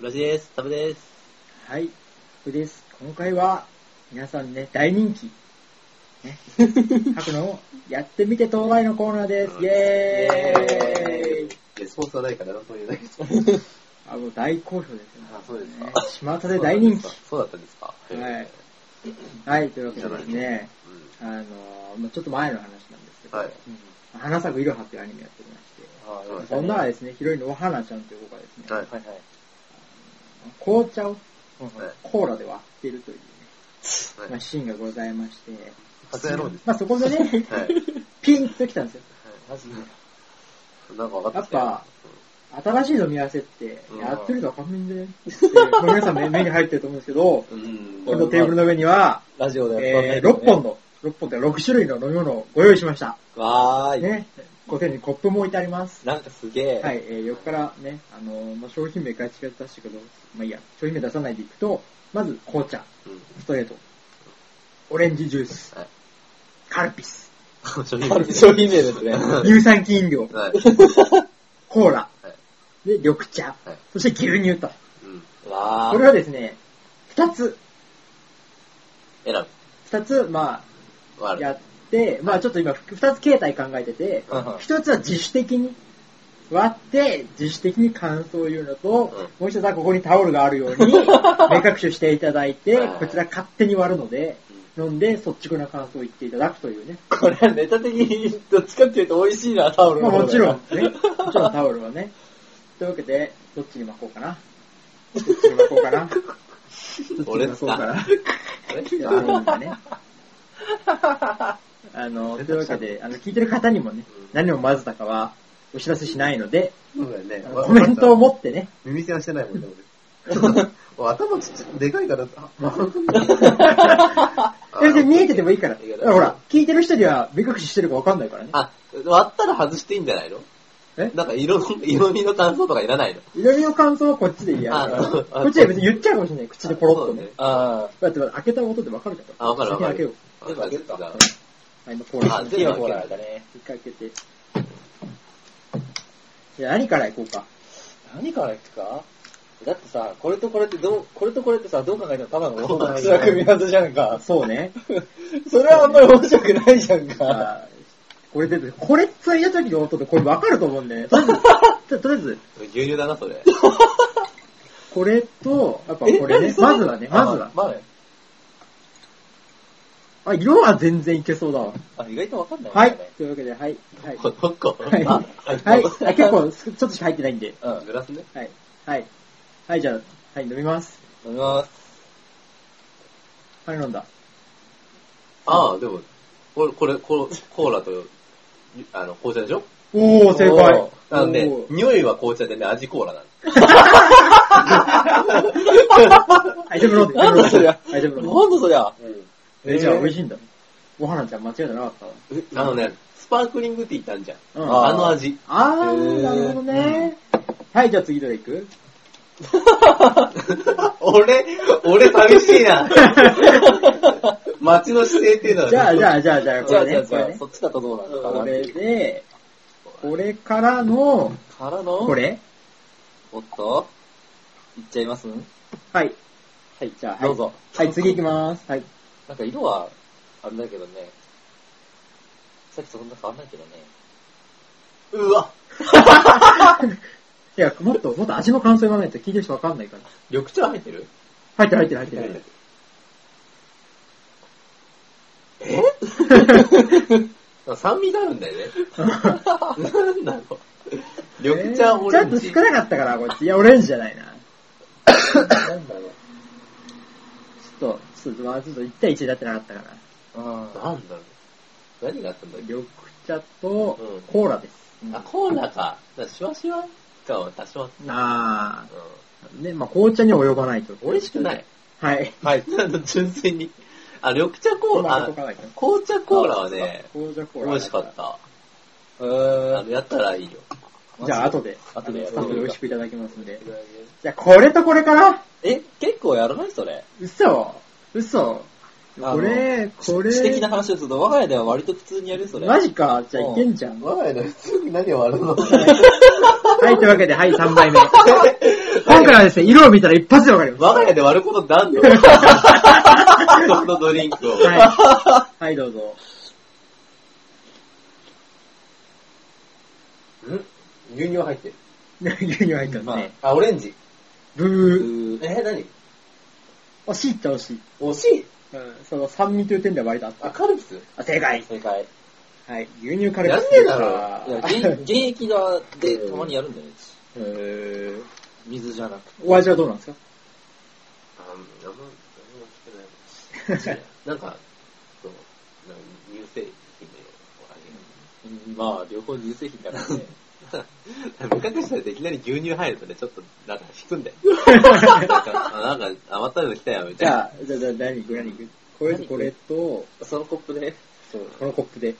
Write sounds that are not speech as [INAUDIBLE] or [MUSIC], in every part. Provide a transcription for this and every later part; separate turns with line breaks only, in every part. ブラシです。サブです。
はい、僕です。今回は、皆さんね、大人気。
[LAUGHS]
ね、書くのをやってみて当該のコーナーです。イェーイ
イスポンサーないから、そういうないです。
あ、もう大好評ですね。
[LAUGHS] あそうですか
ね。島田で大人気。
そうだったんですか。そうだったんですか
はい、というわけでですね、
え
あのー、もうちょっと前の話なんですけど、
はい
うん花咲くいろはっていうアニメやってまして、
あ
そうですね
そんなですね、ヒロインのお花ちゃんという子がですね、
ーうん。はい。
はいはい。
紅茶を
はい。
コーラで割っているというね、
は
まあ、
い。
シーンがございまして、
初やろうです。
まあそこでね、
はい。
ピンときたんですよ。
マジで。
なんか分かってきた
やっぱ新しい飲み合わせって
う、ん
やってるのは簡単
[LAUGHS]
で、ごめんなさい、目に入ってると思うんですけど、
うん。
このテーブルの上には、
ラジオでや
えー、6本の、6本で6種類の飲み物をご用意しました。
本。わーい。
ね、ご丁寧にコップも置いてあります。
なんかすげえ。
はい、えー、横からね、あのーまあ、商品名ガチガチ出したけど、まあいいや、商品名出さないでいくと、まず紅茶、
うん。
ストレート、オレンジジュース
はい、
カルピス、
商品
あ
名
る
です
商品名ですね。
乳酸菌飲料、
はい。
コーラ
は、
で、緑茶
はい、
そして牛乳と。
うん。
わ
これ
ー。
はですね、二つ、
選
二つ、ま
ぶ。
あ、
あ
や
る。
って、まあちょっと今、ふ二つ形態考えてて、
うんうん
一つは自主的に割って、自主的に感想を言うのと、もう一つはここにタオルがあるように、
[LAUGHS]
目隠しをしていただいて
はい、
こちら勝手に割るので、飲んで率直な感想を言っていただくというね。
これはネタ的に、どっちかっていうと美味しいな、タオル
ま
の
あ
方が
[LAUGHS] もちろん。ね、もちろんタオルはね。というわけで、どっちに巻こうかな。どっちに巻こうかな。
俺っすか。
いやあるんでね。あの、というわけで、あの、聞いてる方にもね、何を混ぜたかはお知らせしないので、
そうだよね
あのコメントを持ってね、
耳栓はしてないもんね、
[LAUGHS]
俺。頭ちっちゃいでかいから、あ、まあ
全然見えててもいいから。
いいよ
ほら、聞いてる人には目隠ししてるかわかんないからね。
あ、割ったら外していいんじゃないの
え
なんか色の、色味の感想とかいらないの
いろいろ感想はこっちで言い合うから。
あそうあ
こっちで別に言っちゃうかもしれない。口でポロッとね。
あ
だって開けた音でわかるから。
あわかるわかる
先に開けよう。
ー。全部開けるか。
あ、今コーラ
あ
一
全部開
回
けるんだね。
開けて。じゃあ何からいこうか。
何からいくかだってさ、これとこれってどう、これとこれってさ、どう考えてもただの
そうだね
大きな組み合わせじゃんか。
そうね。
[LAUGHS] それはあんまり面白くないじゃんか。
[LAUGHS] あこれで、これついた時の音ってこれわかると思うんだ
[LAUGHS]
よね。とりあえず、とりあえ
牛
ず、
乳だな、それ。
これと、やっぱこれ
え何
ね、
それ
まずはね、まずは
あ。まあね
あ、色は全然いけそうだわ。
あ、意外とわかんない。
はい。というわけで、はい。はい。
どこ
はい。
あ
はい。あ結構、す [LAUGHS] ちょっとしか入ってないんで。
うん。
グラスね。
はい。はい。はい、じゃあ、はい、飲みます。
飲みます。
はい、飲んだ。
ああ、でも、これ、これ、ココーラと、あの、紅茶でしょ
おー、正解
お。
なんで
お、ー
匂いは紅茶でね、味コーラなんです。
[LAUGHS] はい、全部飲んで。
なんだそりゃ
はい、全部飲んで。
なんだそりゃ。
え、じゃあ、美味しいんだ。お花ちゃん間違いじゃなかったわ。
あのね、スパークリングティーってあるじゃん。
うん
あー
あの味。
あ
へ
ー、
ー
なるほどね。はい、じゃあ次どれいく
俺、俺寂しいな。街の姿勢っていうのはね
じゃあ、じゃあ、じゃあ、じゃあ、こ
じゃあ
れ
じゃあ、じ
ねこれ
ゃあ、
ね
そ。っちだとどうなのかな。
これで、これからの、
からの、
こ。れ
おっと、いっちゃいます
はい。はい、じゃあ、はい。
どうぞ。
はい、次行きます。はい。
なんか色は、あれだけどね。さっきとそんな変わんないけどね。
うわ、
いや、もっと、もっと味の感想言わないと聞いてる人わかんないから。
緑茶入ってる
入ってる入ってる入ってる入って
[LAUGHS]
る。
酸味があるんだよね。なんだろう。緑茶、オ
ち
レ
ょっ
ン
と
ジ。
少なかったから、こっち。いや、オレンジじゃな
[COUGHS]
いな。
なんだろう。
ちょっと、ちょっと、まあ、ちょっと1対1になってなかったから。
うん。
なんだろう。何があったんだっけ
緑茶と
うん
コーラです。
あ、コーラか。だからシュワシュワ感は多少あっ
あ
た。うん
ー。ね、まあ、紅茶には及ばないと。
美味しくない。
はい。
はい。あの、純粋に。あ、緑茶コーラ、あ
今溶かないから
紅茶コーラはね、
紅茶コー
美
ラ。
味しかった。
え
あ
ー
の、やったらいいよ。
じゃあ、後で。
後で
あのスタッフで美味しくいただきますんで。
マジ
じゃあ、これとこれかな
え、結構やらないそれ。
嘘嘘
あの
これ、こ
私的な
れ、
話をすると、我が家では割と普通にやるよそれ。
マジか。じゃあいけんじゃん。は
我が家で普通に何を割る
[LAUGHS]
の
い、というわけで、はい、3枚目。今回はですね、色を見たら一発でわかります。
我が家で割ることってあんの [LAUGHS] そのドリンクを。
はい。はい、どうぞ。
ん牛乳入ってる。
牛乳入った
まあ
ね。
あ、オレンジ。
う
ブー。
ー
え、何
惜しいっちゃ惜しい。
惜しい
うん。その酸味という点では割とあっ
あ、
た。
カルピス
あ、正解。
正解。
はい。牛乳カルピ
や
ス。
んねえだろ
いや
あ
現現役が、で、たまにやるんだよね。
へー
水じゃなく
[LAUGHS] お味はどうなんですか
あ、なんも、なんも聞けない。なんか、そう、なんか乳製品で、
て。うんまあ、両方乳製品だからね。
あれ。無隠したでいきなり牛乳入るとね、ちょっと、なんか引くんだよ。なんか、余ったの来たよ、みた
じ
いな。
ゃあ、じゃあ、じゃあ、何いく何いくこれと、
何
これと、
そのコップで、
そう、このコップで。こ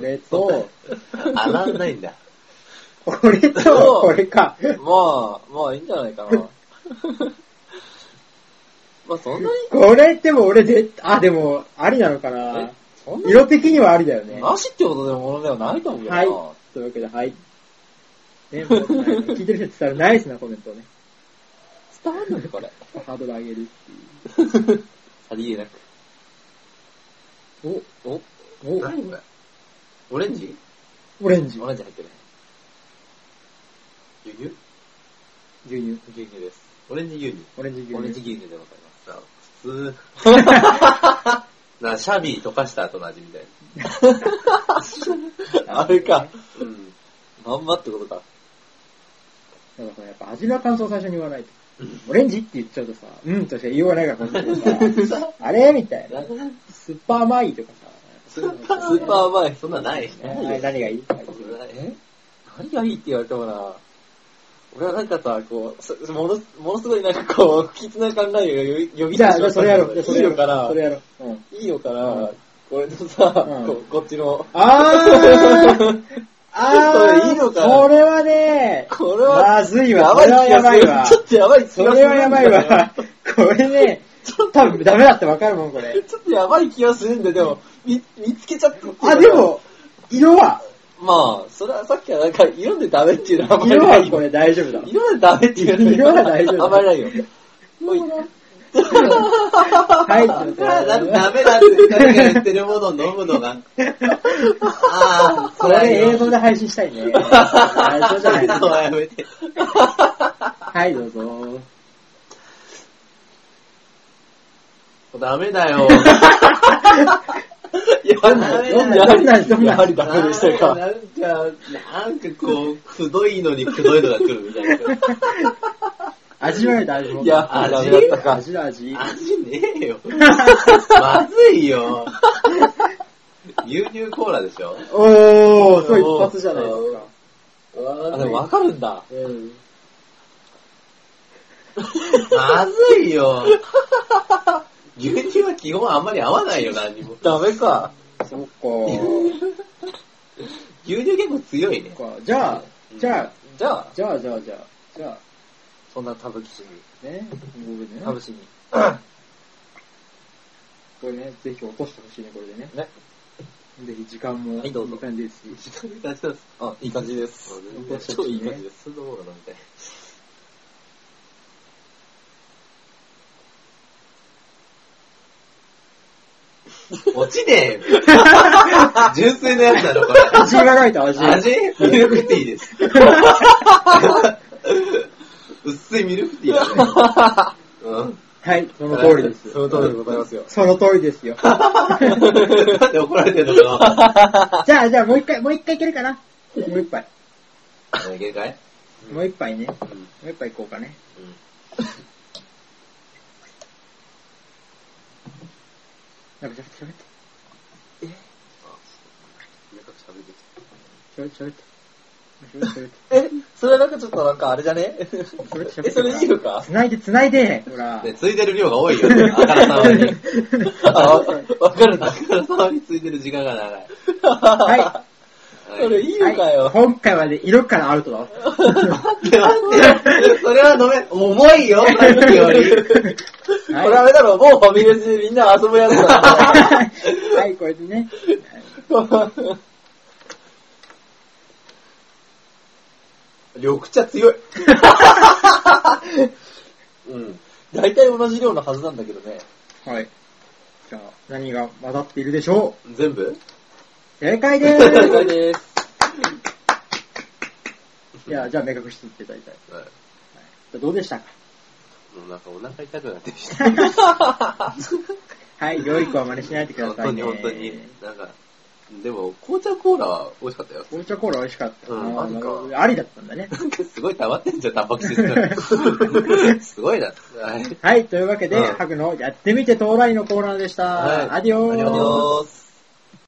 れ [LAUGHS] と、
洗わないんだ。
これ
そう
と、これか。
まあ、まあいいんじゃないかな。 [LAUGHS] まあそんなに、
これっても俺で、あ、でも、ありなのかな
えそんな
色的にはありだよ
に、
ね。
なしってことでものではないと思うよな。
はいというわけで、はい。ね、もう聞いてる人って言ったらナイスなコメントをね。
伝わるのか、これ。
ハードル上げる。
さりげなく。
お、
お、
お、
何これオレンジ
オレンジ
オ、レンジ入ってる。
牛乳
牛乳、
牛乳です。
オレンジ牛乳。
オレンジ牛乳。
オレンジ牛乳でございます。
さ普通。 [LAUGHS] な、シャビー溶かした後の味みたいな。 [LAUGHS]
あれか。
うん。
まんまってことか。
だからさ、やっぱ味の感想を最初に言わないと。オレンジって言っちゃうとさ、うんとしか言いようがないから、この人さ、あれみたいな。スーパーマイとかさ、
スーパ
スーパーうまい。
そんなない。
あれ何がいいとか
そんなない
え何がいいって言われてもな、俺はなんかさ、こう、そものものすごいなんかこう、不吉な考えを呼び呼び
じゃあ、じゃあそれやろう。じゃあそ
い
れ
い
や
の
ろう
かない
それやろう。うん。
いのかな、これとさ、
うん
ここっちの。
あーあ
それ
ー
いいのか
それはね、
[LAUGHS] これは、
まずいわ。
や
こ
ばい
れは
気
や
が
ば
す
い
る
わ。
ちょっとやばい気がす
そ
る。
れはやばいわ。これね、多分ダメだってわかるもん、これ。
ちょっとやばい気がするんで、でも、見見つけちゃったっていうのが
あ、で、も、色は、
まあ、それはさっきはなんか、色でダメっていうのはあんまり
色
ない
はこれ大丈夫だわ。
色でダメっていうの
色は大丈夫
あんまりないよ。もう
はい、ちょっと
ダメだって彼が言ってるものを飲むのが。ああ、
これ映像
だ。
で配信したい [LAUGHS] ね。あそうじゃない
そうはやめて。
はい、どうぞ。
ダメだよ。
いや、
どん
や
な
はり
どんなどんなどんな
やはりダメでした
あー
か。
なんか、なんかこう、くどいのにくどいのが来るみたいな。
味わえた味も。
いや、ダ
味
メだったか。
味だ [LAUGHS] 味。
味ねえよ。まずいよ。牛乳コーラでしょ
おー、そう一発じゃないですか。
あ、でもわかるんだ。
うん。
まずいよ。牛乳は基本あんまり合わないよ、何にも。
ダメか。
そっ
牛乳結構強いね。
か。じゃあ、じゃあ、
じゃあ、
じゃあ、じゃあ、じゃあ、じゃ
そんな田淵に、
あ、ね、ごめんね
田。淵に。
これね、ぜひ落としてほしいね、これでね。
ね。
ぜひ時間も、
はいどうぞ
いい感じですし。
時間が経ちます。
あ、いい感じです。
超いい感じです。その方が飲みたい。落ちね
[LAUGHS]
えよ純粋なやつだろ、これ。
味がないと味。
味ミルクティーです。薄いミルクティーだね。うん。
はい、その通りです。
その通りでございますよ。
その通りで
[LAUGHS]
すよ。
なんで怒られてんのかな
じゃあ、じゃあ、もう一回、もう一回いけるかな。もう一杯。
ね限界
もう一杯ね。
うん。うん
もう一杯いこうかね。なんか喋って、喋って、喋って。喋って、喋って。
え、それなんかちょっとなんかあれじゃね
喋って、喋って。
[LAUGHS] え、それいいのか
繋いで、繋いで、ほら。
で、ついでる量が多いよね。あからさまに。
あわわかるん
あ
だ。
からさまについてる時間が長い。
は
それいいのか
はい
よ。
今回はね、色からアウトだわ。
[LAUGHS]
待って待って、それは飲め、重いよ、さっきより。
これあれだろ、もうファミレスでみんな遊ぶやつだ [LAUGHS]
はい、はい、これでね。
ろ。緑茶強い。 [LAUGHS]
うん。
大体同じ量のはずなんだけどね。
はい。じゃあ、何が混ざっているでしょ
全部
う正解で
正解
ー
です。
す。いや、じゃあ目隠していただいたい。
はい。
じゃあどうでしたか
もうなんかお腹痛くなってきた。
はい、良い子は真似しないでくだ
本
さ
当
い
に
ね。
本当に。なんか、でも、紅茶コーラは美味しかったよ。
紅茶コーラ美味しかった。
うん
あ
マジ
ー
か
ありだったんだね。
なんかすごい溜まってんじゃん、タンパク質が。すごいな。はい。
はい、というわけで、
うん
ハグのやってみて到来のコーナーでした。
はい
アディオー
アディオース。